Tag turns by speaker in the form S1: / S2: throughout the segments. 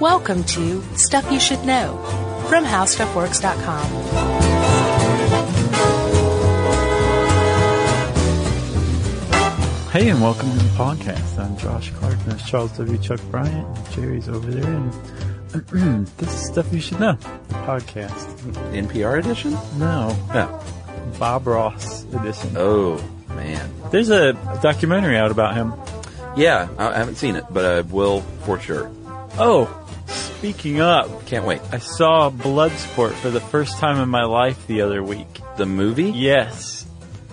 S1: Welcome to Stuff You Should Know from HowStuffWorks.com.
S2: Hey, and welcome to the podcast. I'm Josh Clark, and that's Charles W. Chuck Bryant. and Jerry's over there, and this is stuff you should know. Podcast.
S3: NPR edition?
S2: No,
S3: No.
S2: Bob Ross edition.
S3: Oh, man.
S2: There's a documentary out about him.
S3: Yeah, I I haven't seen it, but I will for sure.
S2: Oh, speaking up,
S3: Can't wait.
S2: I saw Bloodsport for the first time in my life the other week.
S3: The movie?
S2: Yes.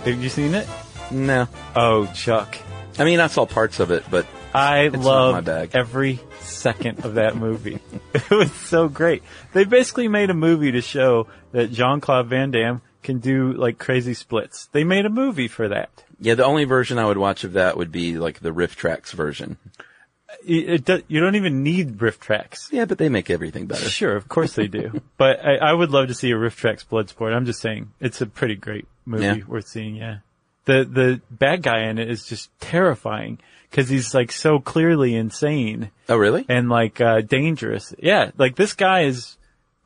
S2: Have you seen it?
S3: No.
S2: Oh, Chuck.
S3: I mean, I saw parts of it, but
S2: I
S3: not my
S2: loved
S3: bag.
S2: every second of that movie. it was so great. They basically made a movie to show that Jean Claude Van Damme can do like crazy splits. They made a movie for that.
S3: yeah, the only version I would watch of that would be like the Riff Tracks version.
S2: It, it do, you don't even need riff tracks.
S3: Yeah, but they make everything better.
S2: Sure, of course they do. but I, I would love to see a riff tracks Bloodsport. I'm just saying it's a pretty great movie
S3: Yeah.
S2: worth seeing. Yeah, the the bad guy in it is just terrifying because he's like so clearly insane.
S3: Oh, really?
S2: and like uh, dangerous. Yeah, like this guy is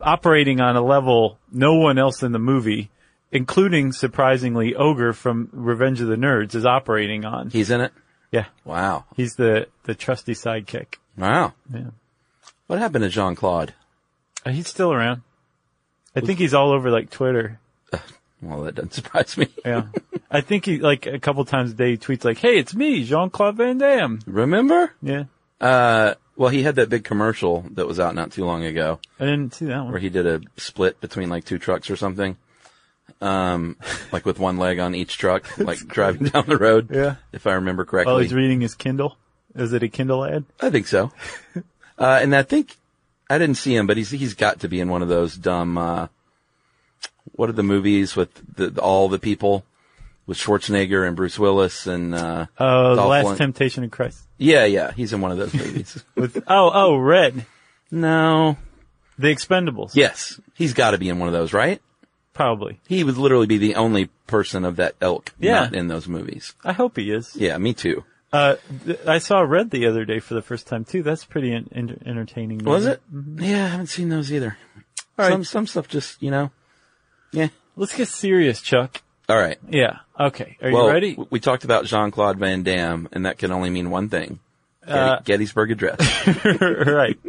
S2: operating on a level no one else in the movie, including surprisingly Ogre from Revenge of the Nerds, is operating on.
S3: He's in it?
S2: Yeah,
S3: Wow.
S2: he's the the trusty sidekick.
S3: Wow.
S2: Yeah,
S3: What happened to Jean Claude?
S2: Uh, he's still around. I think he's all over like Twitter.
S3: Well, that doesn't surprise me.
S2: Yeah, I think he like a couple times a day he tweets like, "Hey, it's me, Jean Claude Van Damme."
S3: Remember?
S2: Yeah,
S3: Uh, well, he had that big commercial that was out not too long ago
S2: I didn't see that
S3: where
S2: one.
S3: he did a split between like two trucks or something. Um, like with one leg on each truck, like driving down the road.
S2: Yeah.
S3: If I remember
S2: While
S3: correctly.
S2: he's reading his Kindle, is it a Kindle ad?
S3: I think so. uh, and I think I didn't see him, but he's, he's got to be in one of those dumb, uh, what are the movies with the, the- all the people with Schwarzenegger and Bruce Willis and, uh,
S2: Uh, The
S3: Dolph
S2: Last
S3: Lund-
S2: Temptation of Christ.
S3: Yeah, yeah. He's in one of those movies.
S2: With oh oh red.
S3: no.
S2: The Expendables.
S3: Yes. He's got to be in one of those, right?
S2: Probably.
S3: He would literally be the only person of that elk
S2: Yeah.
S3: not in those movies.
S2: I hope he is.
S3: Yeah, me too.
S2: Uh, th- I saw Red the other day for the first time too. That's pretty en- en- entertaining.
S3: Was
S2: movie.
S3: it? Mm-hmm. Yeah, I haven't seen those either.
S2: All right.
S3: Some some stuff just you know. Yeah.
S2: Let's get serious, Chuck.
S3: All right.
S2: Yeah. Okay. Are
S3: well,
S2: you ready?
S3: w- we talked about Jean Claude Van Damme, and that can only mean one thing: Getty-
S2: Uh,
S3: Gettysburg Address.
S2: right.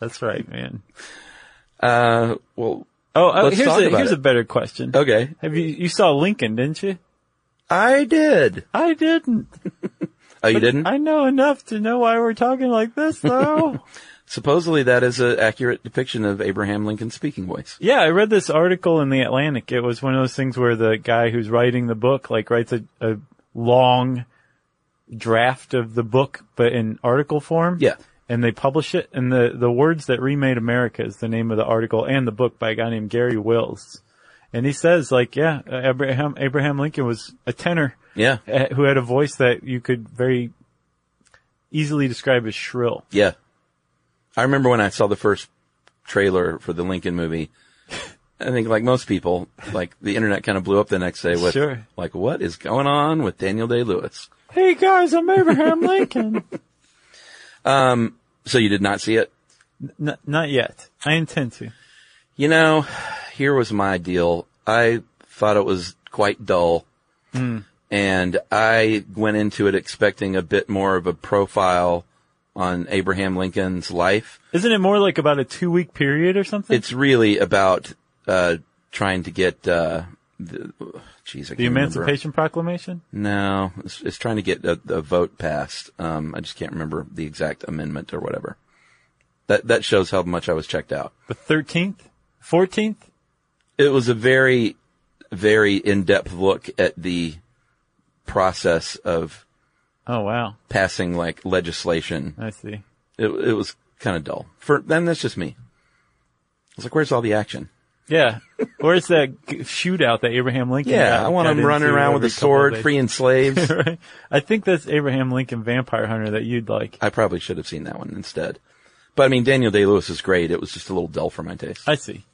S2: That's right, man.
S3: uh, well,
S2: Oh, uh,
S3: Let's
S2: here's
S3: talk
S2: a,
S3: about
S2: here's
S3: it.
S2: a better question.
S3: okay,
S2: Have you you saw Lincoln, didn't you?
S3: I did.
S2: I didn't.
S3: Oh, you didn't?
S2: I know enough to know why we're talking like this, though.
S3: Supposedly, that is an accurate depiction of Abraham Lincoln's speaking voice.
S2: Yeah, I read this article in the Atlantic. It was one of those things where the guy who's writing the book like writes a, a long draft of the book, but in article form.
S3: Yeah.
S2: And they publish it. And the, the words that remade America is the name of the article and the book by a guy named Gary Wills. And he says like, yeah, Abraham, Abraham Lincoln was a tenor
S3: Yeah,
S2: uh, who had a voice that you could very easily describe as shrill.
S3: yeah. I remember when I saw the first trailer for the Lincoln movie. I think, like most people, like the internet kind of blew up the next day with,
S2: Sure.
S3: like, what is going on with Daniel Day Lewis?
S2: Hey guys, I'm Abraham Lincoln.
S3: So you did not see it?
S2: N- not yet. I intend to.
S3: You know, here was my deal. I thought it was quite dull. And I went into it expecting a bit more of a profile on Abraham Lincoln's life.
S2: Isn't it more like about a two week period or something?
S3: It's really about, uh, trying to get, uh, the, geez, I
S2: the
S3: can't remember.
S2: Emancipation Proclamation?
S3: No, it's, it's trying to get a, a vote passed. Um, I just can't remember the exact amendment or whatever. That, that shows how much I was checked out.
S2: The 13th? 14th?
S3: it was a very, very in-depth look at the process of
S2: Oh, wow.
S3: passing like legislation.
S2: I see.
S3: It, it was kind of dull. For then, that's just me. I was like, "Where's all the action?"
S2: Yeah. Where's that g- shootout that Abraham Lincoln
S3: Yeah,
S2: got-
S3: I want
S2: got
S3: him running
S2: into
S3: around with a
S2: every couple of
S3: sword,
S2: days?
S3: freeing slaves.
S2: Right? I think that's Abraham Lincoln Vampire Hunter that you'd like.
S3: I probably should have seen that one instead. But I mean, Daniel Day Lewis is great. It was just a little dull for my taste.
S2: I see.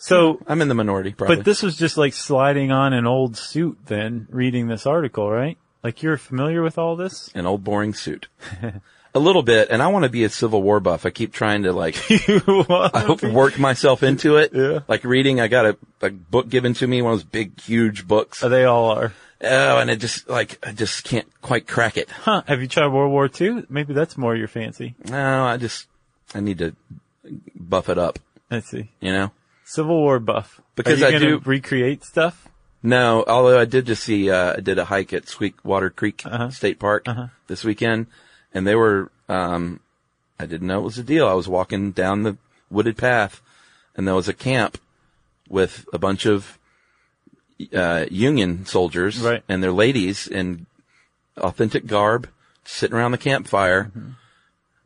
S2: So,
S3: I'm in the minority, probably.
S2: but this was just like sliding on an old suit then, reading this article, right? Like you're familiar with all this?
S3: an old boring suit. a little bit, and I want to be a Civil War buff. I keep trying to like I hope
S2: yeah.
S3: work myself into it.
S2: Yeah.
S3: Like reading, I got a, a book given to me, one of those big, huge books.
S2: They all are.
S3: Oh, and it just like I just can't quite crack it.
S2: Huh. Have you tried World War II? Maybe that's more your fancy.
S3: No, Oh, I just I need to buff it up.
S2: Let's see.
S3: You know.
S2: Civil War buff.
S3: Because
S2: Are you
S3: I
S2: gonna
S3: do-
S2: recreate stuff.
S3: No, although I did just see, uh, I did a hike at Sweetwater Creek State Park this weekend, and they were, um, I didn't know it was a deal. I was walking down the wooded path, and there was a camp with a bunch of uh, Union soldiers
S2: Right.
S3: and their ladies in authentic garb, sitting around the campfire,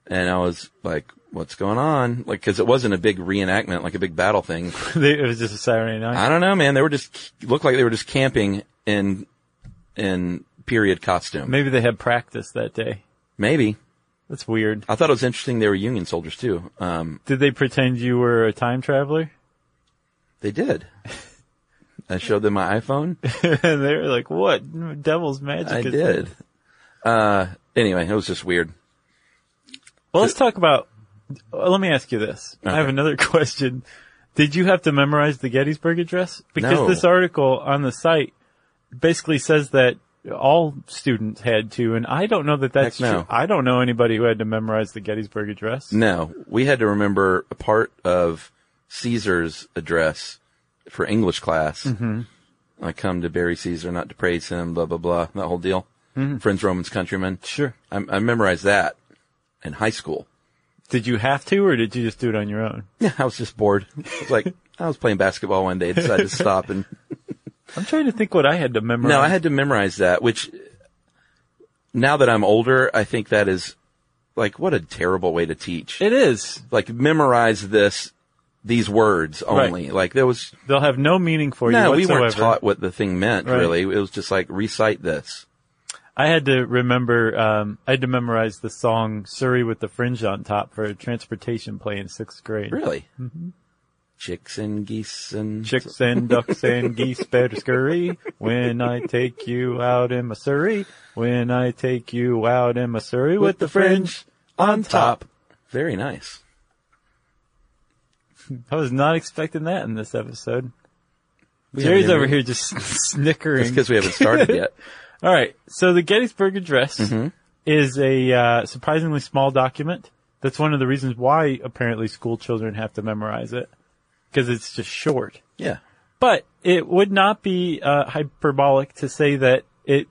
S3: and I was like, "What's going on?" Like, because it wasn't a big reenactment, like a big battle thing.
S2: They- it was just a Saturday night.
S3: I don't know, man. They were just looked like they were just camping in in period costume.
S2: Maybe they had practice that day.
S3: Maybe
S2: That's weird.
S3: I thought it was interesting. They were Union soldiers too. Um,
S2: Did they pretend you were a time traveler?
S3: they did. I showed them my iPhone.
S2: and they were like, "What devil's magic?"
S3: I
S2: is
S3: did.
S2: This?
S3: Uh, anyway, it was just weird.
S2: Well, let's talk about. uh, Let me ask you this. I have
S3: Okay.
S2: another question. Did you have to memorize the Gettysburg Address? Because
S3: No.
S2: this article on the site basically says that all students had to, and I don't know that that's
S3: Heck no.
S2: true. I don't know anybody who had to memorize the Gettysburg Address.
S3: No, we had to remember a part of Caesar's address for English class. I come to bury Caesar, not to praise him. Blah blah blah. That whole deal. Friends, Romans, countrymen.
S2: Sure.
S3: I, I memorized that in high school.
S2: Did you have to, or did you just do it on your own?
S3: Yeah, I was just bored. It was like I was playing basketball one day, decided to stop and
S2: I'm trying to think what I had to memorize.
S3: no, I had to memorize that. Which now that I'm older, I think that is like what a terrible way to teach.
S2: It is.
S3: like memorize this, these words
S2: Right.
S3: only. Like there was
S2: They'll have no meaning for
S3: no,
S2: you
S3: we
S2: whatsoever.
S3: weren't taught what the thing meant
S2: Right.
S3: really. It was just like recite this.
S2: I had to remember, um, I had to memorize the song Surrey with the Fringe on Top for a transportation play in sixth grade.
S3: Really,
S2: Mm-hmm.
S3: chicks and geese and
S2: Chicks and ducks and geese better scurry when I take you out in my Surrey. When I take you out in my Surrey with, the fringe on top.
S3: Very nice.
S2: I was not expecting that in this episode.
S3: We
S2: Jerry's
S3: haven't
S2: over
S3: even-
S2: here just snickering.
S3: That's because we haven't started yet.
S2: All right. So the Gettysburg Address is a uh, surprisingly small document. That's one of the reasons why apparently school children have to memorize it because it's just short.
S3: Yeah.
S2: But it would not be uh, hyperbolic to say that it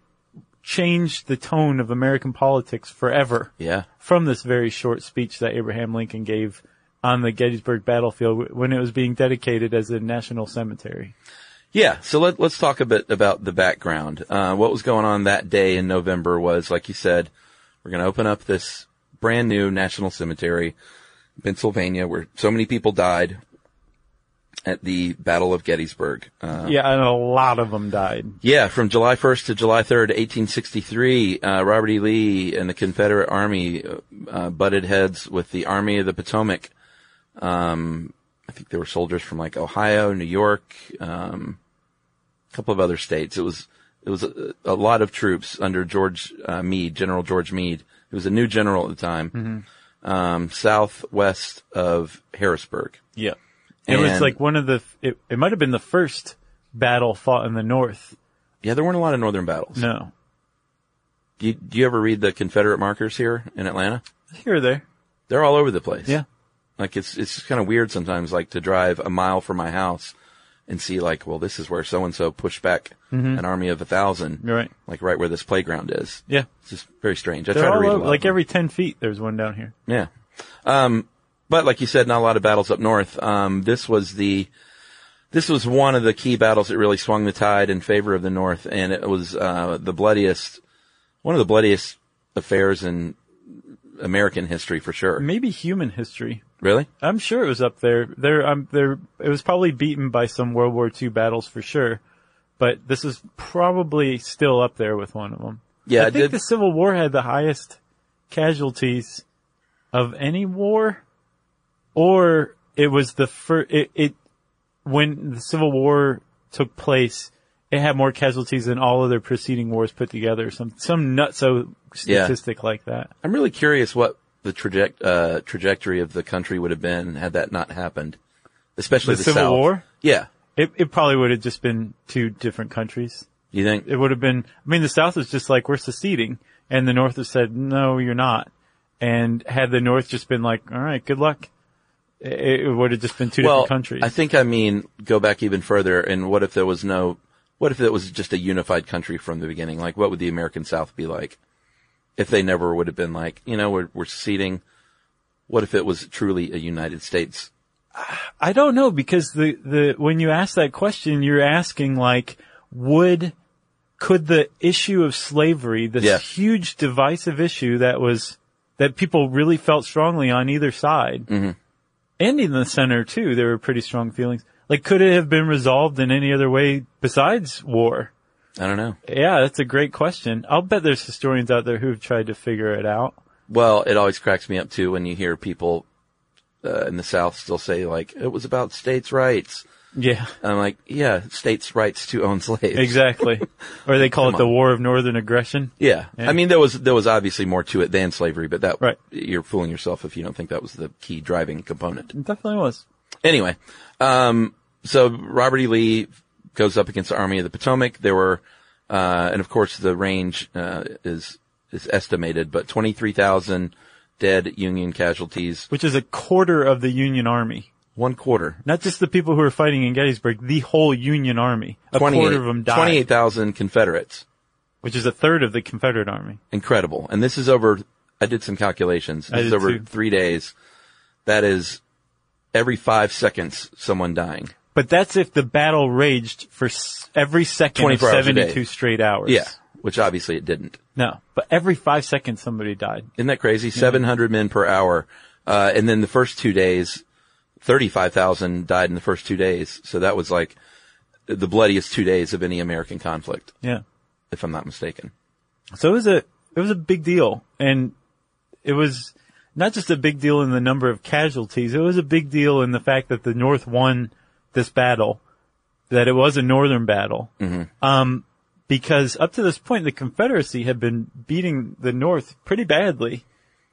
S2: changed the tone of American politics forever
S3: Yeah.
S2: from this very short speech that Abraham Lincoln gave on the Gettysburg battlefield w- when it was being dedicated as a national cemetery.
S3: Yeah, so let, let's talk a bit about the background. Uh, what was going on that day in November was, like you said, we're going to open up this brand new national cemetery, Pennsylvania, where so many people died at the Battle of Gettysburg. Uh,
S2: Yeah, and a lot of them died.
S3: yeah, from July 1st to July 3rd, 1863, uh, Robert E. Lee and the Confederate Army uh, uh, butted heads with the Army of the Potomac. Um, I think there were soldiers from like Ohio, New York, um, a couple of other states. It was it was a, a lot of troops under George uh, Meade, General George Meade, who was a new general at the time, um, southwest of Harrisburg.
S2: Yeah. It was
S3: And-
S2: like one of the, f- it, it might have been the first battle fought in the North.
S3: Yeah, there weren't a lot of northern battles.
S2: No.
S3: Do, you, do you ever read the Confederate markers here in Atlanta?
S2: Here or there.
S3: They're all over the place.
S2: Yeah.
S3: Like it's it's kind of weird sometimes, like to drive a mile from my house and see like, well, this is where so and so pushed back an army of a thousand,
S2: You're Mm-hmm. right.
S3: like right where this playground is.
S2: Yeah.
S3: It's just very strange. I
S2: They're
S3: try to
S2: all
S3: read a
S2: over,
S3: lot.
S2: like
S3: of them.
S2: every 10 feet, there's one down here.
S3: yeah. Um, but like you said, not a lot of battles up north. Um, this was the this was one of the key battles that really swung the tide in favor of the North, and it was uh, the bloodiest, one of the bloodiest affairs in American history for sure.
S2: Maybe human history.
S3: Really?
S2: I'm sure it was up there. There, um, there, it was probably beaten by some World War II battles for sure, but this is probably still up there with one of them.
S3: Yeah,
S2: I
S3: I
S2: think
S3: did-
S2: the Civil War had the highest casualties of any war, or it was the first. It, it when the Civil War took place, it had more casualties than all other preceding wars put together. Some some nutso
S3: Yeah.
S2: statistic like that.
S3: I'm really curious what the traject- uh, trajectory of the country would have been had that not happened, especially
S2: The
S3: the,
S2: Civil
S3: South.
S2: War?
S3: Yeah,
S2: It it probably would have just been two different countries.
S3: you think?
S2: It would have been. I mean, the South was just like we're seceding, and the North has said no, you're not. And had the North just been like, all right, good luck, it, it would have just been two
S3: well,
S2: different countries.
S3: I think I mean go back even further. And what if there was no? What if it was just a unified country from the beginning? Like, what would the American South be like if they never would have been like, you know, we're we're seceding? What if it was truly a United States?
S2: I don't know because the, the, when you ask that question, you're asking like, would, could the issue of slavery, this
S3: Yeah.
S2: huge divisive issue that was, that people really felt strongly on either side,
S3: Mm-hmm.
S2: and in the center too, there were pretty strong feelings. Like, could it have been resolved in any other way besides war?
S3: I don't know.
S2: Yeah, that's a great question. I'll bet there's historians out there who've tried to figure it out.
S3: Well, it always cracks me up too when you hear people uh, in the South still say like it was about states' rights.
S2: Yeah,
S3: I'm like, yeah, states' rights to own slaves.
S2: exactly. or they call it
S3: Come
S2: the
S3: on.
S2: War of Northern Aggression.
S3: Yeah.
S2: Yeah.
S3: I mean, there was, there was obviously more to it than slavery, but that,
S2: Right.
S3: you're fooling yourself if you don't think that was the key driving component.
S2: It definitely was.
S3: Anyway, um, so Robert E. Lee goes up against the Army of the Potomac. There were, uh, and of course the range, uh, is, is estimated, but 23,000 dead Union casualties,
S2: which is a quarter of the Union Army.
S3: one quarter.
S2: Not just the people who were fighting in Gettysburg, the whole Union Army. A
S3: 28
S2: quarter of them died,
S3: 28,000 Confederates.
S2: which is a third of the Confederate Army.
S3: Incredible. And this is over, I did some calculations.
S2: I
S3: This is
S2: did
S3: over
S2: too.
S3: three days. That is every five seconds someone dying.
S2: But that's if the battle raged for s- every second of
S3: 24 hours a day.
S2: 72 straight hours.
S3: Yeah. Which obviously it didn't.
S2: No, but every five seconds somebody died.
S3: Isn't that crazy? 700 men per hour. Uh, and then the first two days, 35,000 died in the first two days. So that was like the bloodiest two days of any American conflict,
S2: Yeah.
S3: if I'm not mistaken.
S2: So it was a, it was a big deal. And it was not just a big deal in the number of casualties, it was a big deal in the fact that the North won this battle, that it was a Northern battle.
S3: Mm-hmm.
S2: Um, because up to this point, the Confederacy had been beating the North pretty badly.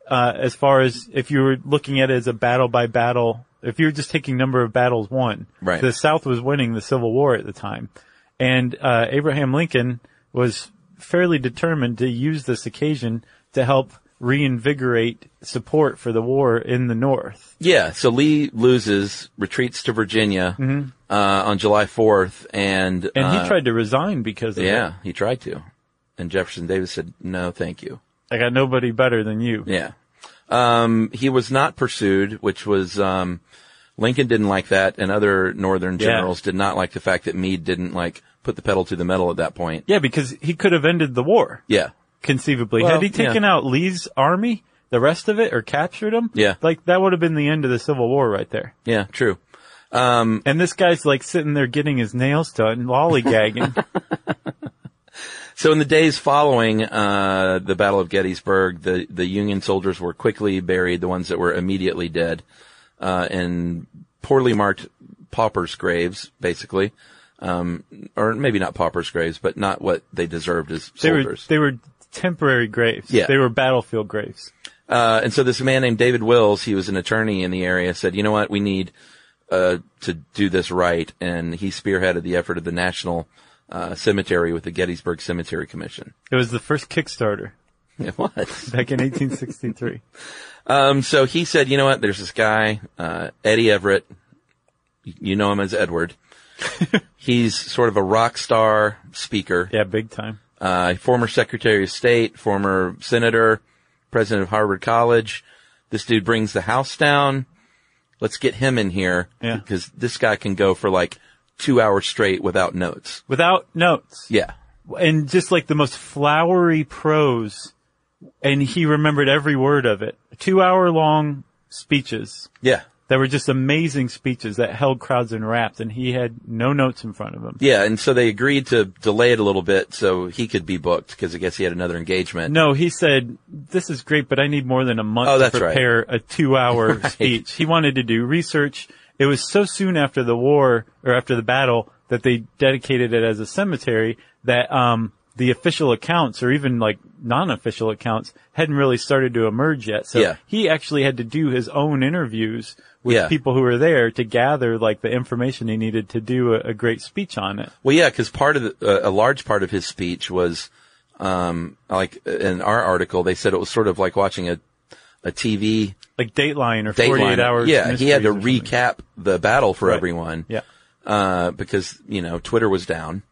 S2: Uh, as far as if you were looking at it as a battle by battle, if you were just taking number of battles won,
S3: Right.
S2: the South was winning the Civil War at the time. And, uh, Abraham Lincoln was fairly determined to use this occasion to help reinvigorate support for the war in the North.
S3: Yeah. So Lee loses, retreats to Virginia, uh, on July 4th and,
S2: Mm-hmm. And
S3: uh,
S2: he tried to resign because of it.
S3: Yeah, he tried to. And Jefferson Davis said, no, thank you.
S2: I got nobody better than you.
S3: Yeah. Um, he was not pursued, which was, um, Lincoln didn't like that and other Northern
S2: Yeah.
S3: generals did not like the fact that Meade didn't like put the pedal to the metal at that point.
S2: Yeah, because he could have ended the war,
S3: Yeah.
S2: conceivably.
S3: Well,
S2: Had he taken out Lee's army, the rest of it, or captured him,
S3: Yeah.
S2: like that would have been the end of the Civil War right there.
S3: Yeah. True.
S2: And this guy's like sitting there getting his nails done, lollygagging.
S3: So in the days following, uh, the Battle of Gettysburg, the, the Union soldiers were quickly buried, the ones that were immediately dead, uh, in poorly marked paupers graves, basically. Um, or maybe not paupers graves, but not what they deserved as
S2: they were
S3: soldiers.
S2: they were temporary graves.
S3: Yeah.
S2: They were battlefield graves.
S3: Uh, and so this man named David Wills, he was an attorney in the area, said, you know what, we need, uh, to do this right. And he spearheaded the effort of the National, uh, Cemetery with the Gettysburg Cemetery Commission.
S2: It was the first Kickstarter
S3: It was.
S2: back in 1863.
S3: Um, so he said, you know what, there's this guy, uh, Eddie Everett. You know him as Edward. He's sort of a rock star speaker,
S2: yeah, big time.
S3: uh, former Secretary of State, former senator, president of Harvard College. This dude brings the house down. Let's get him in here
S2: Yeah.
S3: because this guy can go for like two hours straight without notes.
S2: Without notes.
S3: Yeah.
S2: and just like the most flowery prose, and he remembered every word of it. Two hour long speeches
S3: Yeah.
S2: that were just amazing speeches that held crowds enwrapped, and he had no notes in front of him.
S3: Yeah. And so they agreed to delay it a little bit so he could be booked because I guess he had another engagement.
S2: No, he said, "This is great, but I need more than a month
S3: Oh,
S2: to
S3: that's right.
S2: prepare a two-hour speech." He wanted to do research. It was so soon after the war or after the battle that they dedicated it as a cemetery that, um, the official accounts or even like non-official accounts hadn't really started to emerge yet. So
S3: Yeah.
S2: he actually had to do his own interviews with
S3: Yeah.
S2: people who were there to gather like the information he needed to do a, a great speech on it.
S3: Well, yeah, because part of the, uh, a large part of his speech was, um, like in our article, they said it was sort of like watching a, a TV
S2: Like Dateline or 48
S3: dateline.
S2: Hours.
S3: yeah, he had to
S2: Mysteries or something.
S3: recap the battle for
S2: Right.
S3: everyone.
S2: Yeah.
S3: uh, because you know Twitter was down,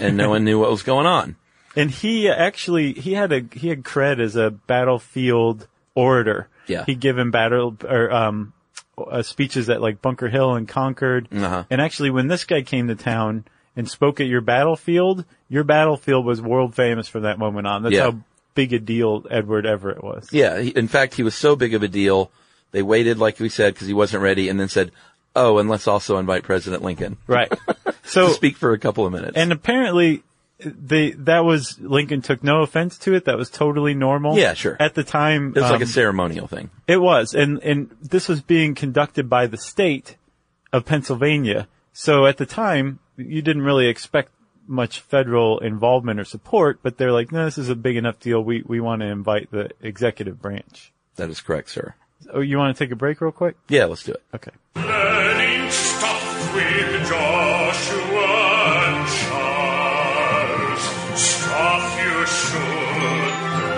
S3: and no one knew what was going on.
S2: And he uh, actually he had a he had cred as a battlefield orator.
S3: Yeah.
S2: he'd given battle or um uh, speeches at like Bunker Hill and Concord.
S3: Uh-huh.
S2: And actually, when this guy came to town and spoke at your battlefield, your battlefield was world famous from that moment on. That's
S3: Yeah.
S2: how big a deal Edward Everett was.
S3: Yeah, he, in fact, he was so big of a deal. They waited, like we said, because he wasn't ready, and then said, "Oh, and let's also invite President Lincoln
S2: Right. So
S3: to speak for a couple of minutes."
S2: and apparently they that was Lincoln took no offense to it. That was totally normal.
S3: Yeah, sure.
S2: At the time,
S3: it was like
S2: um,
S3: a ceremonial thing.
S2: It was, and and this was being conducted by the state of Pennsylvania. So at the time, you didn't really expect much federal involvement or support, but they're like, no, this is a big enough deal. We we want to invite the executive branch.
S3: That is correct, sir.
S2: Oh, you want to take a break real quick?
S3: Yeah, let's do it.
S2: Okay.
S4: Learning stuff with Joshua and Charles. Stuff you should know.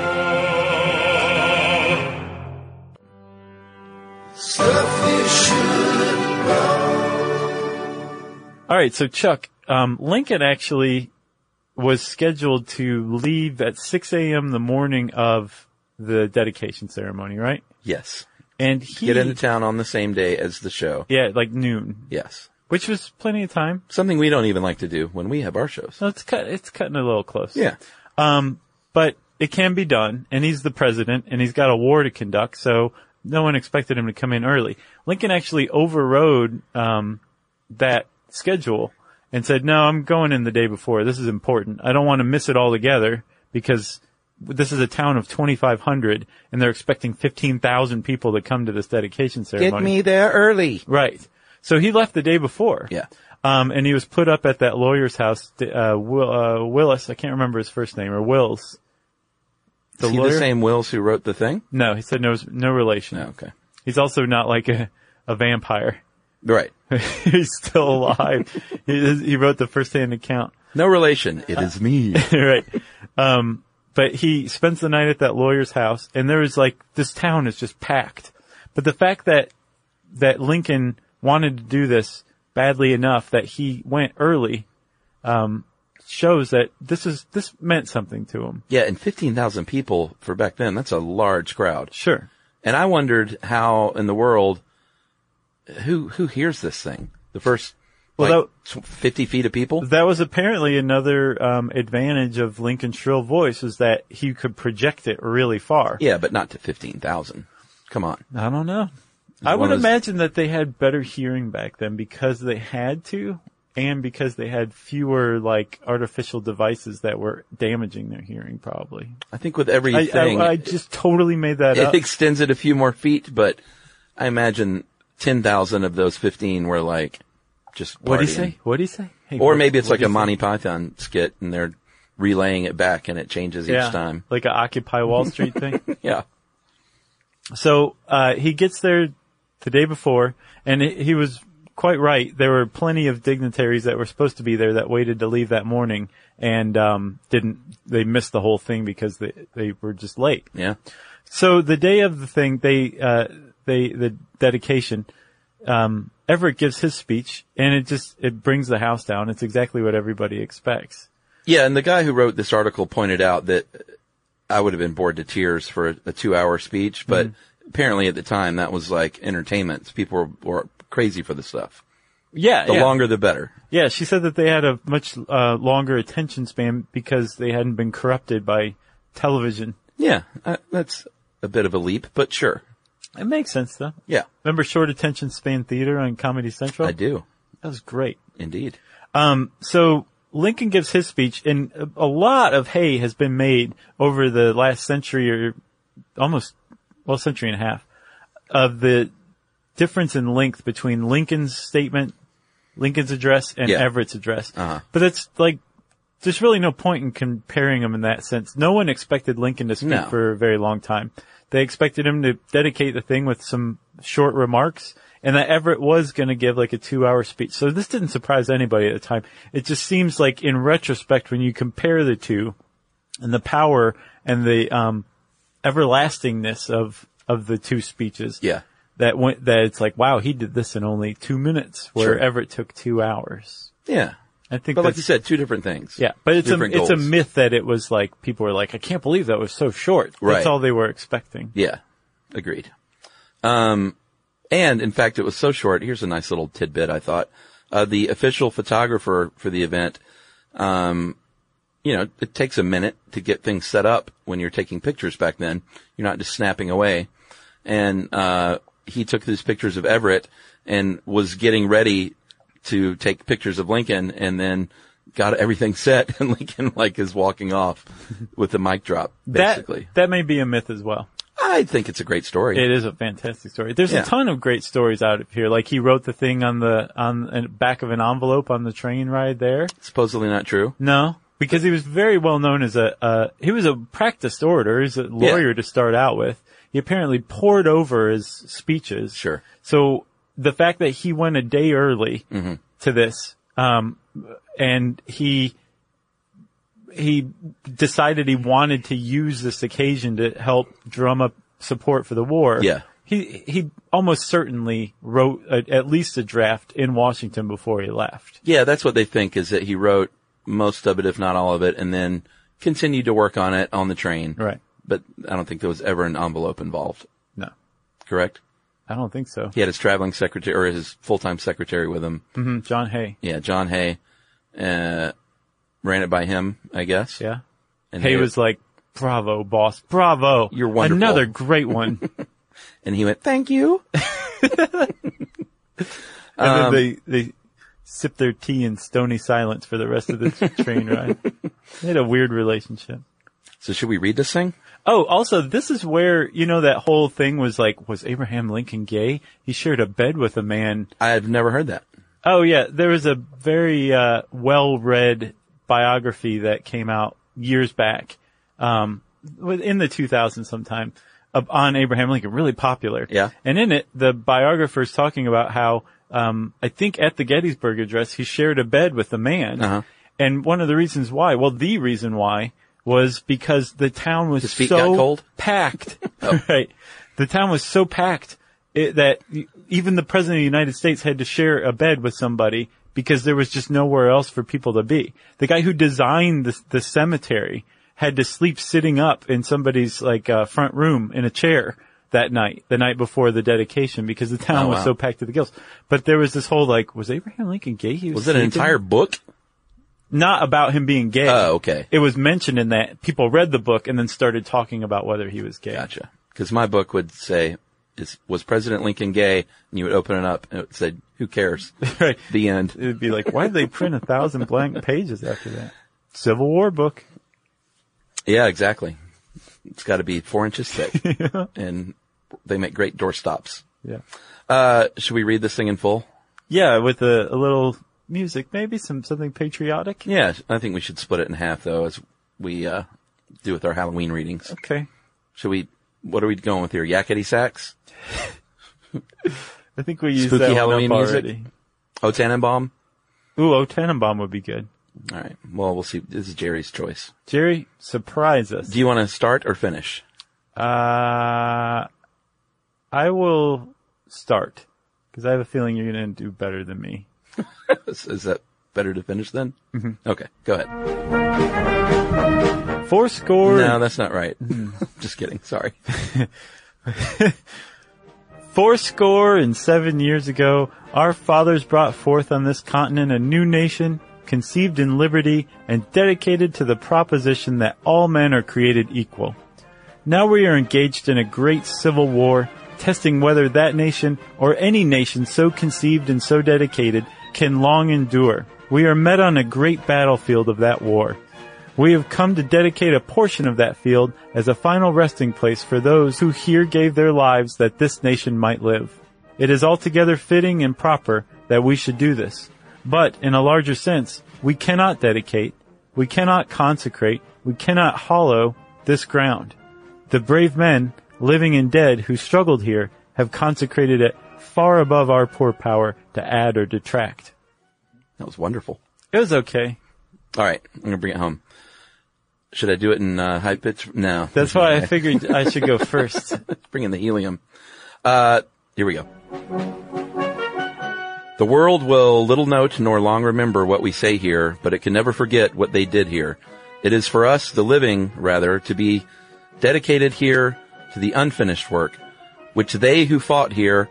S2: All right. So Chuck, um, Lincoln actually was scheduled to leave at 6 a.m. the morning of the dedication ceremony, right?
S3: Yes,
S2: And he
S3: get into town on the same day as the show.
S2: yeah, like noon,
S3: Yes,
S2: which was plenty of time.
S3: something we don't even like to do when we have our shows.
S2: So it's cut, it's cutting a little close.
S3: Yeah,
S2: But it can be done, and he's the president, and he's got a war to conduct, so no one expected him to come in early. Lincoln actually overrode, um, that schedule and said, no, I'm going in the day before. This is important. I don't want to miss it all together because this is a town of 2,500 and they're expecting 15,000 people to come to this dedication ceremony.
S3: there early.
S2: Right. So he left the day before.
S3: Yeah.
S2: Um, and he was put up at that lawyer's house, uh, Will, uh, Willis. I can't remember his first name or Wills.
S3: Is he the same Wills who wrote the thing?
S2: No, he said no, no relation.
S3: No, okay,
S2: He's also not like a, a vampire.
S3: right.
S2: He's still alive. he, he wrote the first hand account.
S3: No relation. It is me.
S2: right. Um, but he spends the night at that lawyer's house and there is like, this town is just packed. But the fact that, that Lincoln wanted to do this badly enough that he went early, um, shows that this is, this meant something to him.
S3: Yeah, and 15,000 people for back then, that's a large crowd.
S2: Sure.
S3: And I wondered how in the world, who, who hears this thing? The first,
S2: Well,
S3: like, tw- 50 feet of people?
S2: That was apparently another, um, advantage of Lincoln's shrill voice is that he could project it really far.
S3: Yeah, but not to 15,000. Come on.
S2: I don't know. I would
S3: one of those-
S2: imagine that they had better hearing back then because they had to and because they had fewer like artificial devices that were damaging their hearing probably.
S3: I think with
S2: I,
S3: everything,
S2: I, I just totally made that
S3: it
S2: up.
S3: extends it a few more feet, but I imagine 10,000 of those 15 were like, just
S2: What'd he
S3: partying.
S2: say? What'd he say? Hey,
S3: Or
S2: what-
S3: maybe it's like
S2: what'd
S3: a
S2: he say?
S3: Monty Python skit and they're relaying it back and it changes
S2: yeah,
S3: each time.
S2: Like a Occupy Wall Street thing.
S3: Yeah.
S2: So uh, he gets there the day before, and he he was quite right. There were plenty of dignitaries that were supposed to be there that waited to leave that morning and um, didn't. They missed the whole thing because they they were just late.
S3: Yeah.
S2: So the day of the thing, they uh, they the dedication. Um, Everett gives his speech, and it just it brings the house down. It's exactly what everybody expects.
S3: Yeah, and the guy who wrote this article pointed out that I would have been bored to tears for a, a two-hour speech, but
S2: Mm-hmm.
S3: apparently at the time that was like entertainment. People were, were crazy for the stuff.
S2: Yeah,
S3: The longer, the better.
S2: Yeah, she said that they had a much uh, longer attention span because they hadn't been corrupted by television.
S3: Yeah, uh, that's a bit of a leap, but sure.
S2: It makes sense though.
S3: Yeah,
S2: Remember short attention span theater on Comedy Central?
S3: I do
S2: That was great.
S3: indeed.
S2: So Lincoln gives his speech and a- a lot of hay has been made over the last century or almost, well, century and a half of the difference in length between Lincoln's statement Lincoln's address and
S3: Yeah.
S2: Everett's address.
S3: Uh-huh.
S2: But that's like, there's really no point in comparing them in that sense. No one expected Lincoln to speak
S3: No.
S2: for a very long time. They expected him to dedicate the thing with some short remarks and that Everett was going to give like a two hour speech. So this didn't surprise anybody at the time. It just seems like in retrospect, when you compare the two and the power and the, um, everlastingness of, of the two speeches
S3: Yeah.
S2: that went that it's like wow he did this in only two minutes where
S3: Sure.
S2: Everett took two hours.
S3: Yeah.
S2: I think
S3: But like
S2: that's-
S3: you said, two different things.
S2: yeah, but it's a
S3: Different
S2: it's a
S3: goals.
S2: myth that it was like people were like I can't believe that was so short.
S3: Right.
S2: That's all they were expecting.
S3: Yeah, agreed. Um, and in fact, it was so short. Here's a nice little tidbit. I thought uh, the official photographer for the event, um, you know, it takes a minute to get things set up when you're taking pictures back then. You're not just snapping away. And uh, he took these pictures of Everett and was getting ready to take pictures of Lincoln, and then got everything set, and Lincoln like is walking off with the mic drop, basically.
S2: That that may be a myth as well.
S3: I think it's a great story.
S2: It is a fantastic story. There's
S3: Yeah.
S2: a ton of great stories out of here. Like he wrote the thing on the on the back of an envelope on the train ride there.
S3: Supposedly not true.
S2: No, because he was very well known as a, uh, he was a practiced orator. He's a lawyer to start out with. He apparently poured over his speeches.
S3: Sure.
S2: So the fact that he went a day early
S3: Mm-hmm.
S2: to this, um, and he, he decided he wanted to use this occasion to help drum up support for the war.
S3: Yeah.
S2: He, he almost certainly wrote a, at least a draft in Washington before he left.
S3: Yeah, that's what they think is that he wrote most of it, if not all of it, and then continued to work on it on the train.
S2: Right.
S3: But I don't think there was ever an envelope involved.
S2: No,
S3: Correct?
S2: I don't think so.
S3: He had his traveling secretary or his full-time secretary with him.
S2: Mm, John Hay.
S3: Yeah, John Hay, uh, ran it by him, I guess.
S2: Yeah.
S3: And
S2: Hay
S3: they-
S2: was like, bravo, boss. Bravo.
S3: You're wonderful."
S2: Another great one. and
S3: and he went, thank you.
S2: then
S3: Um,
S2: they, they sipped their tea in stony silence for the rest of the train ride. They had a weird relationship.
S3: So should we read this thing?
S2: Oh, also, this is where, you know, that whole thing was like, was Abraham Lincoln gay? He shared a bed with a man
S3: I've never heard that.
S2: Oh yeah, there was a very uh, well-read biography that came out years back, um, in the 2000s sometime, of, on Abraham Lincoln, really popular.
S3: Yeah.
S2: And in it, the biographer's talking about how um, I think at the Gettysburg Address he shared a bed with a man,
S3: Uh-huh.
S2: and one of the reasons why, well, the reason why was because the town was
S3: His feet
S2: so
S3: got cold?
S2: packed. Right. The town was so packed it, that y- even the president of the United States had to share a bed with somebody because there was just nowhere else for people to be. The guy who designed the, the cemetery had to sleep sitting up in somebody's like uh, front room in a chair that night, the night before the dedication because the town
S3: Oh,
S2: was
S3: wow.
S2: so packed to the gills. But there was this whole like, was Abraham Lincoln gay? He was,
S3: Was it an
S2: sleeping?
S3: entire book?
S2: not about him being gay.
S3: Oh, okay.
S2: It was mentioned in that people read the book and then started talking about whether he was gay.
S3: Gotcha. Because my book would say, is, was President Lincoln gay? And you would open it up and it said, who cares?
S2: Right.
S3: the end.
S2: It'd be like, why did they print a thousand blank pages after that? Civil War book.
S3: Yeah, exactly. It's got to be four inches thick. And they make great doorstops.
S2: Yeah.
S3: Uh, should we read this thing in full?
S2: Yeah, with a, a little music, maybe some something patriotic.
S3: Yeah, I think we should split it in half though, as we, uh, do with our Halloween readings.
S2: Okay.
S3: Should we, what are we going with here? Yakety sacks?
S2: I think we used
S3: Spooky
S2: that one up
S3: Halloween music?
S2: already.
S3: O Oh, Tannenbaum?
S2: Ooh, O Tannenbaum would be good.
S3: All right. Well, we'll see. This is Jerry's choice.
S2: Jerry, surprise us.
S3: Do you want to start or finish?
S2: Uh, I will start because I have a feeling you're going to do better than me.
S3: Is, is that better to finish then? Mm-hmm. Okay. Go ahead.
S2: Four score.
S3: No, that's not right. Just kidding. Sorry.
S2: Fourscore and seven years ago, our fathers brought forth on this continent a new nation, conceived in liberty and dedicated to the proposition that all men are created equal. Now we are engaged in a great civil war, testing whether that nation or any nation so conceived and so dedicated can long endure. We are met on a great battlefield of that war. We have come to dedicate a portion of that field as a final resting place for those who here gave their lives that this nation might live. It is altogether fitting and proper that we should do this. But in a larger sense, we cannot dedicate, we cannot consecrate, we cannot hollow this ground. The brave men, living and dead, who struggled here have consecrated it far above our poor power to add or detract.
S3: That was wonderful.
S2: It was okay.
S3: All right, I'm gonna bring it home. Should I do it in uh, high pitch? No,
S2: That's why I figured I should go first.
S3: Bring in the helium. Uh, here we go. The world will little note nor long remember what we say here, but it can never forget what they did here. It is for us, the living, rather, to be dedicated here to the unfinished work, which they who fought here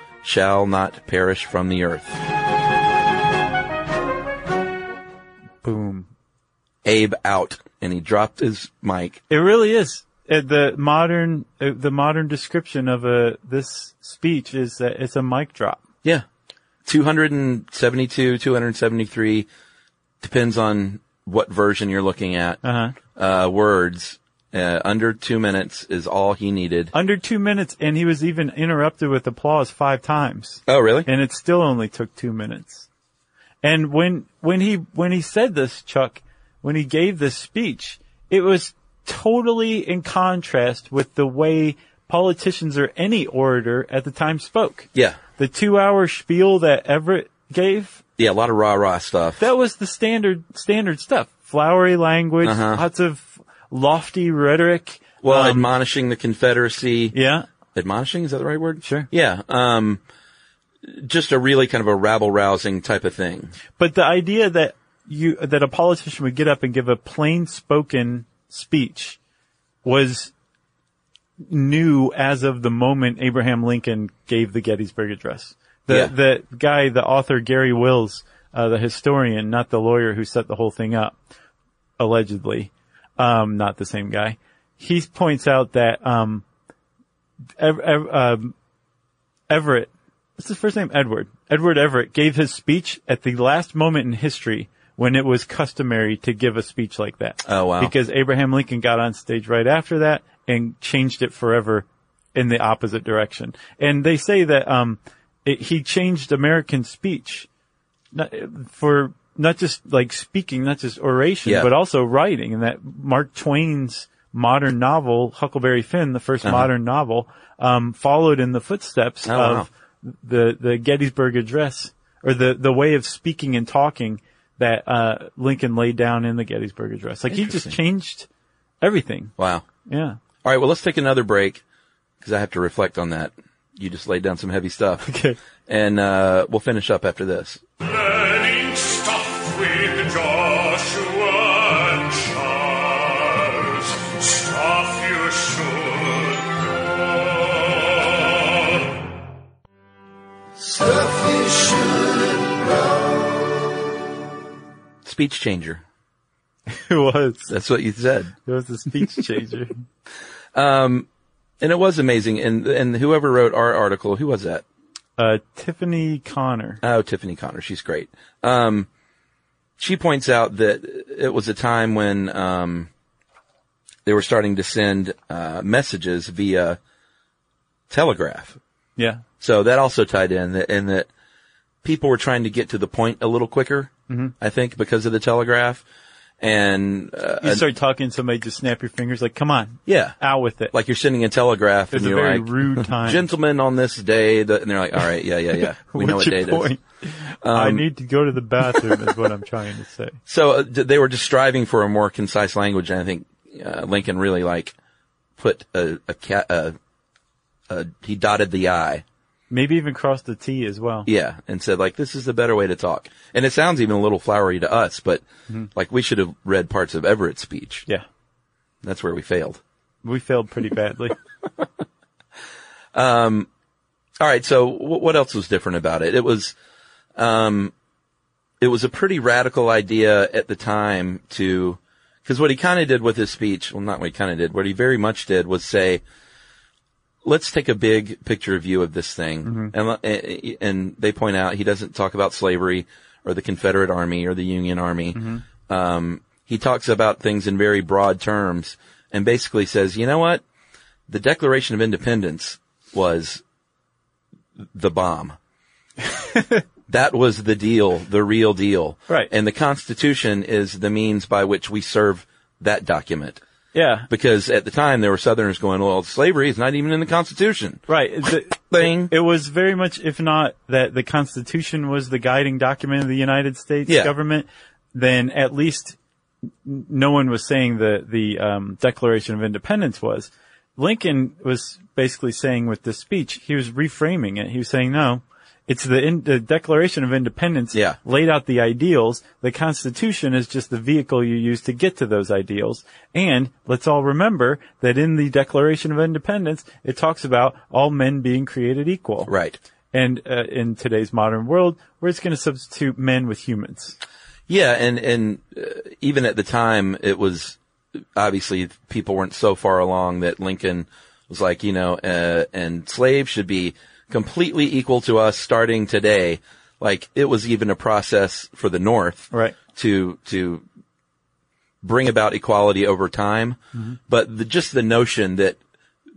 S3: shall not perish from the earth.
S2: Boom.
S3: Abe out and he dropped his mic.
S2: It really is. Uh, The modern, uh, the modern description of a, this speech is that it's a mic drop.
S3: Yeah. 272, 273 depends on what version you're looking at.
S2: Uh-huh.
S3: Uh, words, uh, under two minutes is all he needed.
S2: Under two minutes and he was even interrupted with applause five times.
S3: Oh, really?
S2: and it still only took two minutes. And when, when he, when he said this, Chuck, when he gave this speech, it was totally in contrast with the way politicians or any orator at the time spoke.
S3: yeah.
S2: The two hour spiel that Everett gave,
S3: Yeah. A lot of rah rah stuff.
S2: that was the standard, standard stuff. Flowery language,
S3: Uh-huh.
S2: lots of lofty rhetoric.
S3: well,
S2: Um,
S3: admonishing the Confederacy.
S2: yeah.
S3: Admonishing? Is that the right word?
S2: Sure.
S3: Yeah. Um, just a really kind of a rabble rousing type of thing.
S2: But the idea that you that a politician would get up and give a plain spoken speech was new as of the moment Abraham Lincoln gave the Gettysburg Address. The
S3: Yeah.
S2: the guy, the author Gary Wills, uh, the historian, not the lawyer who set the whole thing up, allegedly, um, not the same guy. He points out that um, Ev- Ev- um, Everett what's his first name? Edward. Edward Everett gave his speech at the last moment in history when it was customary to give a speech like that.
S3: Oh, wow.
S2: Because Abraham Lincoln got on stage right after that and changed it forever in the opposite direction. And they say that, um, it, he changed American speech not- for not just like speaking, not just oration,
S3: Yeah.
S2: but also writing. And that Mark Twain's modern novel, Huckleberry Finn, the 1st modern novel, um, followed in the footsteps
S3: Uh-huh. Oh, wow.
S2: of the the Gettysburg Address or the the way of speaking and talking that uh, Lincoln laid down in the Gettysburg Address. Like he just
S3: Interesting.
S2: changed everything.
S3: Wow.
S2: Yeah.
S3: All right. Well, let's take another break because I have to reflect on that. You just laid down some heavy stuff.
S2: Okay.
S3: And, uh, we'll finish up after this.
S4: Learning stuff with Joshua and Charles. Stuff you should know.
S3: Speech changer.
S2: it was
S3: That's what you said.
S2: it was a speech changer.
S3: And it was amazing. And, and whoever wrote our article, who was that?
S2: uh, Tiffany Connor.
S3: Oh, Tiffany Connor. She's great. Um, she points out that it was a time when, um, they were starting to send, uh, messages via telegraph.
S2: Yeah.
S3: So that also tied in that, in that people were trying to get to the point a little quicker,
S2: Mm-hmm.
S3: I think, because of the telegraph. And, uh,
S2: You start talking, somebody just snap your fingers like, "Come on,
S3: yeah,
S2: out with it."
S3: like you're sending a telegraph
S2: it's
S3: and
S2: a
S3: you're
S2: very
S3: like,
S2: rude time.
S3: gentlemen on this day, the, and they're like, all right, yeah, yeah, yeah. We know what
S2: What's
S3: day
S2: your
S3: it is. Um,
S2: point? I need to go to the bathroom is what I'm trying to say.
S3: So uh, d- they were just striving for a more concise language. And I think, uh, Lincoln really like put a, a cat, a, a, he dotted the I.
S2: Maybe even cross the T as well.
S3: Yeah. And said like, this is the better way to talk. And it sounds even a little flowery to us, but like we should have read parts of Everett's speech.
S2: Yeah.
S3: That's where we failed.
S2: We failed pretty badly.
S3: All right. So w- what else was different about it? It was, um, it was a pretty radical idea at the time to, because what he kind of did with his speech, well, not what he kind of did, what he very much did was say, let's take a big picture view of this thing. And, le- a- a- and they point out he doesn't talk about slavery or the Confederate Army or the Union Army. Um, he talks about things in very broad terms and basically says, you know what? The Declaration of Independence was the bomb. that was the deal, the real deal.
S2: Right.
S3: And the Constitution is the means by which we serve that document.
S2: Yeah.
S3: Because at the time there were Southerners going, well, slavery is not even in the Constitution.
S2: Right. The-
S3: Thing.
S2: It was very much, if not that the Constitution was the guiding document of the United States
S3: Yeah.
S2: government, then at least n- no one was saying the, the um, Declaration of Independence was. Lincoln was basically saying with this speech, he was reframing it. He was saying, no, it's the, in, the Declaration of Independence
S3: Yeah.
S2: laid out the ideals. The Constitution is just the vehicle you use to get to those ideals. And let's all remember that in the Declaration of Independence, it talks about all men being created equal.
S3: Right.
S2: And uh, in today's modern world, we're just going to substitute men with humans.
S3: Yeah, and and uh, even at the time, it was obviously people weren't so far along that Lincoln was like, you know, uh, and slaves should be completely equal to us starting today. Like it was even a process for the North,
S2: Right.
S3: To to bring about equality over time,
S2: Mm-hmm.
S3: but the, just the notion that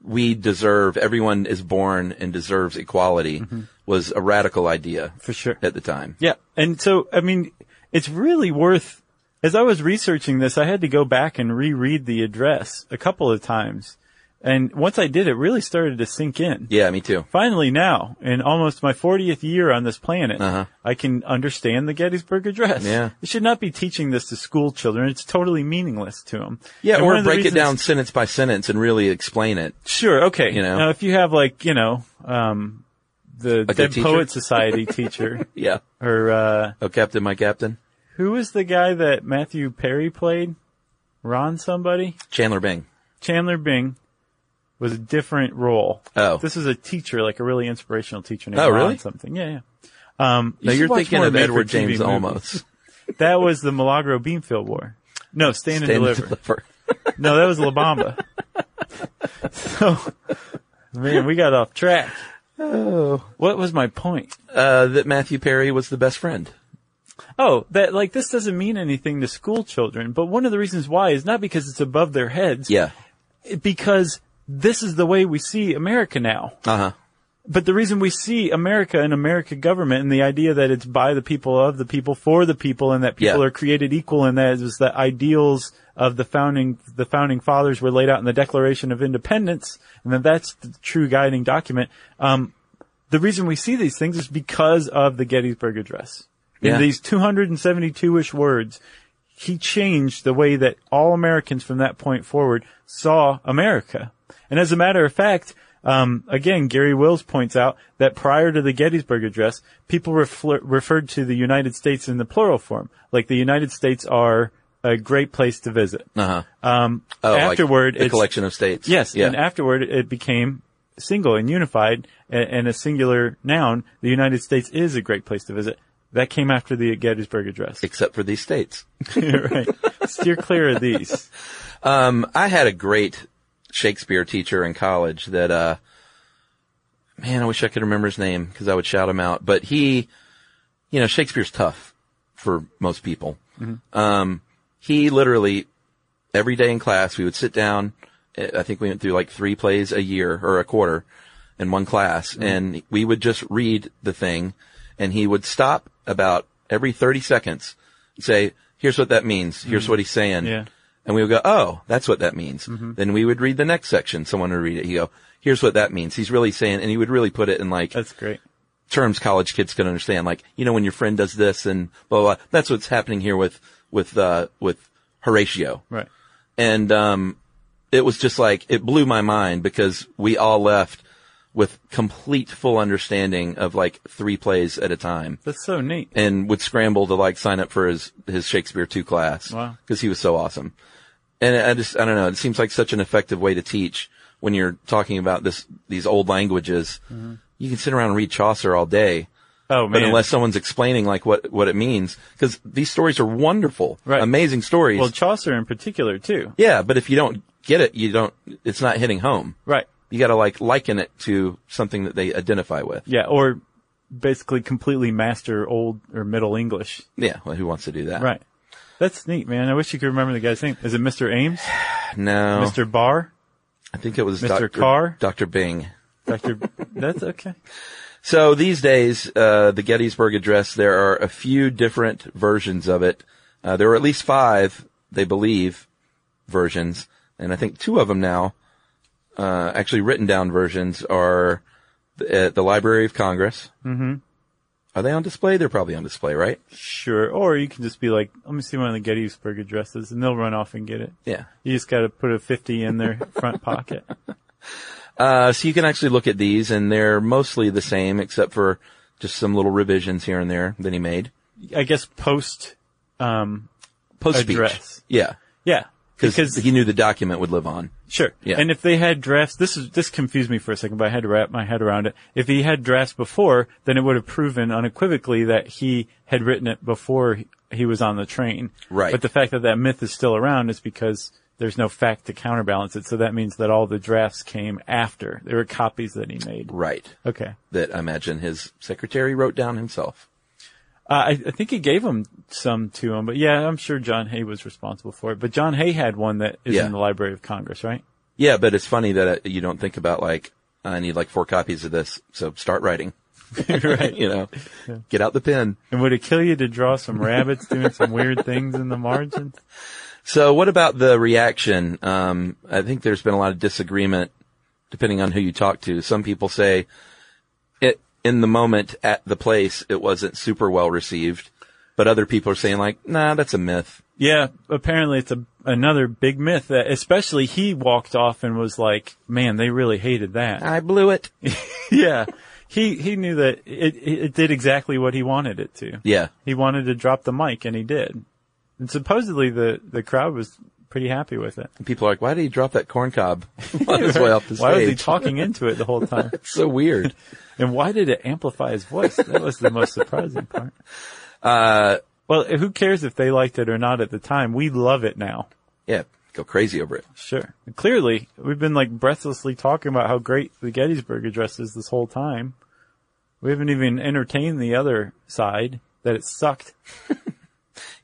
S3: we deserve everyone is born and deserves equality was a radical idea
S2: Mm-hmm. For sure.
S3: at the time.
S2: Yeah. And so, I mean, it's really worth, as I was researching this, I had to go back and reread the address a couple of times. And once I did, it really started to sink in.
S3: Yeah, me too.
S2: Finally now, in almost my 40th year on this planet,
S3: Uh-huh.
S2: I can understand the Gettysburg Address.
S3: Yeah.
S2: We should not be teaching this to school children. It's totally meaningless to them.
S3: Yeah,
S2: And one
S3: or
S2: of the
S3: break
S2: reasons-
S3: it down sentence by sentence and really explain it.
S2: Sure. Okay.
S3: You know?
S2: now, if you have like you know, um, the
S3: good
S2: Dead
S3: teacher?
S2: Poet Society teacher,
S3: Yeah.
S2: or uh,
S3: Oh, Captain, my Captain.
S2: who was the guy that Matthew Perry played? Ron somebody?
S3: Chandler Bing.
S2: Chandler Bing was a different role.
S3: Oh.
S2: This was a teacher, like a really inspirational teacher named
S3: Oh,
S2: Ron
S3: really?
S2: something. Yeah, yeah. Um, you
S3: No,
S2: should
S3: you're
S2: watch
S3: thinking
S2: more
S3: of
S2: made-for-TV
S3: Edward James
S2: movies.
S3: Olmos.
S2: That was the Milagro Beanfield War. No, Stand,
S3: Stand
S2: and
S3: and
S2: Deliver.
S3: deliver.
S2: No, that was La Bamba. so, man, we got off track. Oh. What was my point?
S3: Uh, that Matthew Perry was the best friend.
S2: Oh, that like this doesn't mean anything to school children, but one of the reasons why is not because it's above their heads,
S3: Yeah.
S2: because this is the way we see America now.
S3: Uh huh.
S2: But the reason we see America and America government and the idea that it's by the people, of the people, for the people, and that people
S3: Yeah.
S2: are created equal and that is the ideals of the founding, the founding fathers were laid out in the Declaration of Independence and that that's the true guiding document. Um, the reason we see these things is because of the Gettysburg Address. In
S3: Yeah.
S2: these 272-ish words, he changed the way that all Americans from that point forward saw America. And as a matter of fact, um, again, Gary Wills points out that prior to the Gettysburg Address, people refl- referred to the United States in the plural form, like the United States are a great place to visit.
S3: Uh huh. Um, oh,
S2: afterward,
S3: like the
S2: it's-
S3: collection of states.
S2: Yes,
S3: Yeah.
S2: and afterward it became single and unified a- and a singular noun. The United States is a great place to visit. That came after the Gettysburg Address.
S3: Except for these states.
S2: right. Steer clear of these.
S3: Um, I had a great Shakespeare teacher in college that, uh, man, I wish I could remember his name because I would shout him out. But he, you know, Shakespeare's tough for most people. Um, he literally every day in class we would sit down. eh, I think we went through like three plays a year or a quarter in one class and we would just read the thing and he would stop about every 30 seconds and say, here's what that means. Here's what he's saying.
S2: Yeah.
S3: And we would go, oh, that's what that means. Then we would read the next section. Someone would read it. He'd go, here's what that means. He's really saying, and he would really put it in like,
S2: That's great.
S3: terms college kids can understand. Like, you know, when your friend does this and blah, blah, blah. That's what's happening here with, with, uh, with Horatio.
S2: Right.
S3: And, um, it was just like, it blew my mind because we all left with complete full understanding of like three plays at a time
S2: That's so neat.
S3: and would scramble to like sign up for his, his Shakespeare 2 class.
S2: Wow.
S3: Cause he was so awesome. And I just, I don't know, it seems like such an effective way to teach when you're talking about this, these old languages. You can sit around and read Chaucer all day,
S2: Oh,
S3: But
S2: Mm-hmm. man.
S3: unless someone's explaining like what, what it means, because these stories are wonderful,
S2: Right.
S3: amazing stories.
S2: Well, Chaucer in particular too.
S3: yeah, but if you don't get it, you don't. It's not hitting home.
S2: Right.
S3: You got to like liken it to something that they identify with.
S2: Yeah. Or basically completely master old or middle English.
S3: Yeah. Well, who wants to do that?
S2: Right. That's neat, man. I wish you could remember the guy's name. Is it Mr. Ames?
S3: No.
S2: Mr. Barr?
S3: I think it was
S2: Mr.
S3: Dr.
S2: Carr?
S3: Dr. Bing.
S2: Dr. That's okay.
S3: So these days, uh, the Gettysburg Address, there are a few different versions of it. Uh, there were at least five, they believe, versions, and I think two of them now, uh, actually written down versions are th- at the Library of Congress. Mm-hmm. Are they on display? They're probably on display, right?
S2: Sure. Or you can just be like, let me see one of the Gettysburg addresses and they'll run off and get it.
S3: Yeah.
S2: You just gotta put a 50 in their front pocket.
S3: Uh, so you can actually look at these, and they're mostly the same, except for just some little revisions here and there that he made.
S2: I guess post, um,
S3: Post speech.
S2: Address.
S3: Yeah.
S2: yeah.
S3: Because he knew the document would live on.
S2: Sure.
S3: Yeah.
S2: And if they had drafts, this is this confused me for a second, but I had to wrap my head around it. If he had drafts before, then it would have proven unequivocally that he had written it before he- he was on the train.
S3: Right.
S2: But the fact that that myth is still around is because there's no fact to counterbalance it. So that means that all the drafts came after. They were copies that he made.
S3: Right.
S2: Okay.
S3: that I imagine his secretary wrote down himself.
S2: Uh, I, I think he gave him some to him, but yeah, I'm sure John Hay was responsible for it. But John Hay had one that is
S3: Yeah.
S2: in the Library of Congress, right?
S3: Yeah, but it's funny that uh, you don't think about like, I need like four copies of this, so start writing.
S2: right.
S3: You know, get out the pen.
S2: And would it kill you to draw some rabbits doing some weird things in the margins?
S3: So what about the reaction? Um, I think there's been a lot of disagreement depending on who you talk to. Some people say it in the moment at the place, it wasn't super well received, but other people are saying like, nah, that's a myth.
S2: Yeah, apparently it's a, another big myth that especially he walked off and was like, man, they really hated that.
S3: I blew it.
S2: yeah. He, he knew that it, it did exactly what he wanted it to.
S3: Yeah.
S2: He wanted to drop the mic and he did. And supposedly the, the crowd was pretty happy with it.
S3: People are like, why did he drop that corn cob on his way off the stage?
S2: Why was he talking into it the whole time?
S3: It's so weird.
S2: And why did it amplify his voice? That was the most surprising part.
S3: Uh,
S2: Well, who cares if they liked it or not at the time? We love it now.
S3: yeah, go crazy over it.
S2: Sure. Clearly, we've been like breathlessly talking about how great the Gettysburg Address is this whole time. We haven't even entertained the other side that it sucked.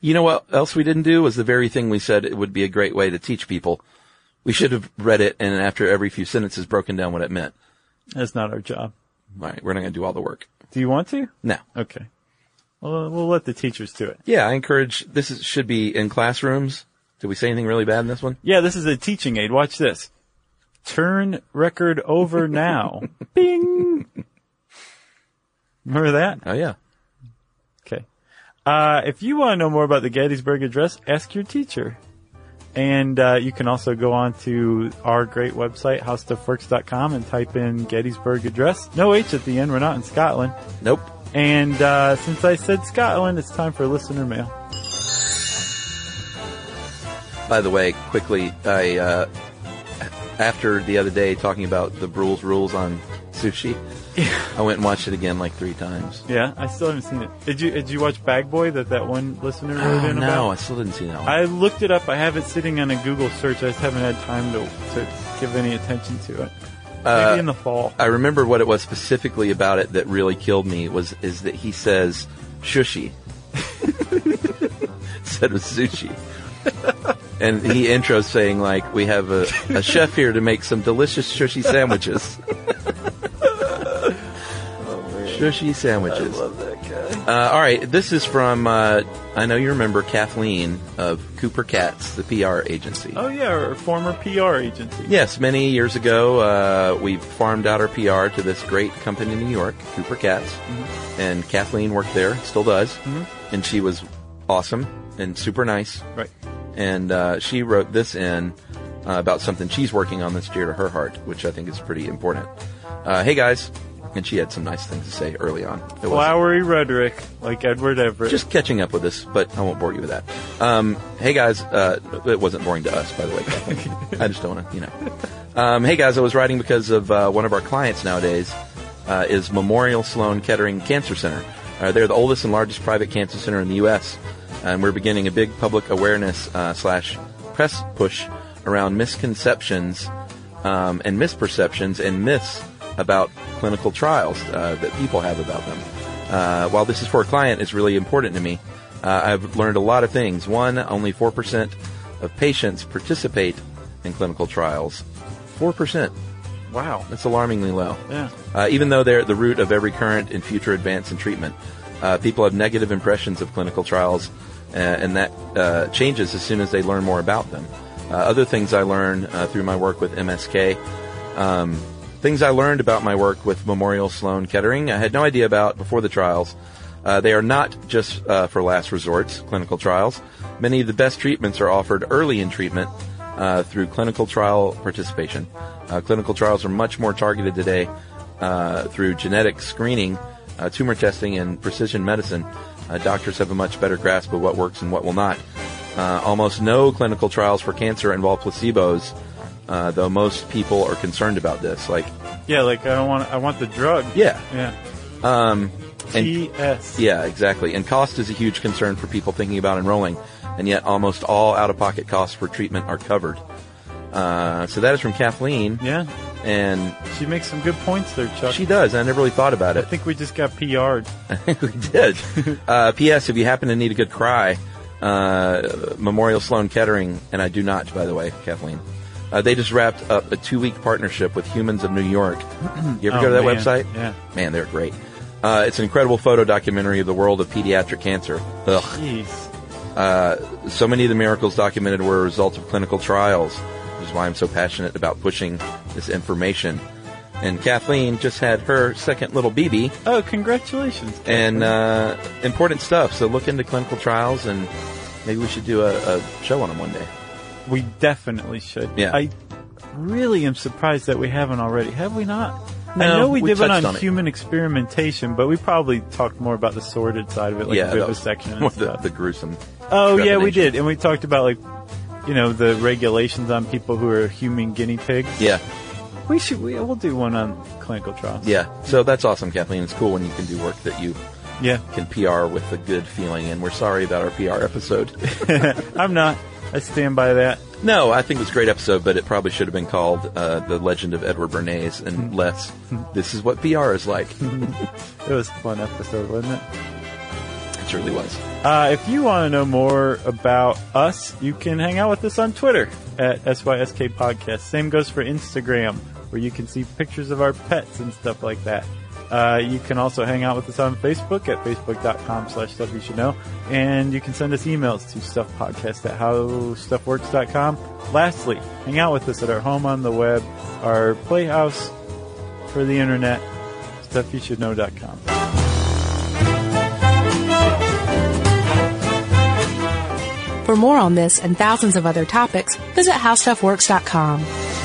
S3: You know what else we didn't do was the very thing we said it would be a great way to teach people. We should have read it and after every few sentences broken down what it meant.
S2: That's not our job.
S3: All right, we're not going to do all the work.
S2: Do you want to?
S3: No.
S2: Okay. Well, we'll let the teachers do it.
S3: Yeah, I encourage this is, should be in classrooms. Did we say anything really bad in this one?
S2: Yeah, this is a teaching aid. Watch this. Turn record over now. Bing. Remember that?
S3: Oh yeah.
S2: Okay. Uh, if you want to know more about the Gettysburg Address, ask your teacher. And uh, you can also go on to our great website, howstuffworks.com, and type in Gettysburg Address. No H at the end. We're not in Scotland.
S3: Nope.
S2: And uh, since I said Scotland, it's time for listener mail.
S3: By the way, quickly, I, uh, after the other day talking about the rules rules on sushi, I went and watched it again like three times.
S2: Yeah, I still haven't seen it. Did you Did you watch Bag Boy that that one listener wrote
S3: Oh,
S2: in
S3: no, I
S2: about?
S3: still didn't see that one.
S2: I looked it up. I have it sitting on a Google search. I just haven't had time to, to give any attention to it. Maybe
S3: Uh,
S2: in the fall.
S3: I remember what it was specifically about it that really killed me was is that he says shushy instead of sushi. And he intros saying like, "We have a, a chef here to make some delicious sushi sandwiches." Sushi sandwiches. I love that guy. Uh, all right, this is from uh, I know you remember Kathleen of Cooper Katz, the PR agency.
S2: Oh yeah, or former PR agency.
S3: Yes, many years ago, uh, we farmed out our PR to this great company in New York, Cooper Cats, and Kathleen worked there, still does, and she was awesome and super nice.
S2: Right.
S3: And uh, she wrote this in uh, about something she's working on that's dear to her heart, which I think is pretty important. Uh, hey guys, and she had some nice things to say early on. It was
S2: Flowery rhetoric, like Edward Everett.
S3: just catching up with us, but I won't bore you with that. Um, hey guys, uh, it wasn't boring to us, by the way. Kathleen. I just don't want to, you know. Um, hey guys, I was writing because of uh, one of our clients nowadays. uh, is Memorial Sloan Kettering Cancer Center. Uh, they're the oldest and largest private cancer center in the U.S., and we're beginning a big public awareness uh, slash press push around misconceptions um, and misperceptions and myths about clinical trials uh, that people have about them. Uh, while this is for a client, it's really important to me. Uh, I've learned a lot of things. One, only 4% of patients participate in clinical trials. 4%.
S2: Wow.
S3: That's alarmingly low.
S2: Yeah.
S3: Uh, even though they're at the root of every current and future advance in treatment, uh, people have negative impressions of clinical trials, uh, and that uh, changes as soon as they learn more about them. Uh, other things I learned uh, through my work with MSK, um, things I learned about my work with Memorial Sloan Kettering, I had no idea about before the trials. Uh, they are not just uh, for last resorts, clinical trials. Many of the best treatments are offered early in treatment uh, through clinical trial participation. Uh, clinical trials are much more targeted today uh, through genetic screening, uh, tumor testing, and precision medicine. Uh, doctors have a much better grasp of what works and what will not. Uh, almost no clinical trials for cancer involve placebos, uh, though most people are concerned about this. Like,
S2: Yeah, like I want I want the drug.
S3: yeah, Um,
S2: Yeah.
S3: and-
S2: TS.
S3: Yeah, exactly. And cost is a huge concern for people thinking about enrolling, and yet almost all out-of-pocket costs for treatment are covered. Uh, so that is from Kathleen,
S2: Yeah.
S3: and
S2: She makes some good points there, Chuck.
S3: she does. I never really thought about
S2: I
S3: it.
S2: think we just got PR'd.
S3: we did. Uh, P.S. If you happen to need a good cry, uh, Memorial Sloan Kettering, and I do not, by the way, Kathleen. Uh, they just wrapped up a two-week partnership with Humans of New York. You ever
S2: Oh,
S3: go to that
S2: man.
S3: website?
S2: Yeah.
S3: Man, they're great. Uh, it's an incredible photo documentary of the world of pediatric cancer. Ugh.
S2: Jeez.
S3: So many of the miracles documented were a result of clinical trials, which is why I'm so passionate about pushing this information. And Kathleen just had her second little BB
S2: Oh, congratulations.
S3: and uh, important stuff. So look into clinical trials and maybe we should do a, a show on them one day.
S2: We definitely should.
S3: Yeah.
S2: I really am surprised that we haven't already. Have we not?
S3: No,
S2: I know we,
S3: we
S2: did one
S3: touched
S2: on,
S3: on it.
S2: human experimentation, but we probably talked more about the sordid side of it, like
S3: yeah,
S2: the
S3: that was
S2: vivisection
S3: more
S2: and
S3: the,
S2: stuff.
S3: the gruesome.
S2: oh yeah, we
S3: trepidation.
S2: did, and we talked about like you know the regulations on people who are human guinea pigs.
S3: Yeah,
S2: We should we, we'll do one on clinical trials.
S3: yeah. So that's awesome, Kathleen. It's cool when you can do work that you
S2: yeah.
S3: can PR with a good feeling. And we're sorry about our PR episode.
S2: I'm not. I stand by that.
S3: No, I think it was a great episode, but it probably should have been called uh, "The Legend of Edward Bernays" and less. This is what PR is like.
S2: It was a fun episode, wasn't it?
S3: it really was.
S2: Uh, if you want to know more about us, you can hang out with us on Twitter at SYSK Podcast. Same goes for Instagram, where you can see pictures of our pets and stuff like that. Uh, you can also hang out with us on Facebook at facebook.com slash stuff you should know. And you can send us emails to stuffpodcast at howstuffworks.com. Lastly, hang out with us at our home on the web, our playhouse for the internet, stuffyoushouldknow.com.
S1: For more on this and thousands of other topics, visit howstuffworks.com.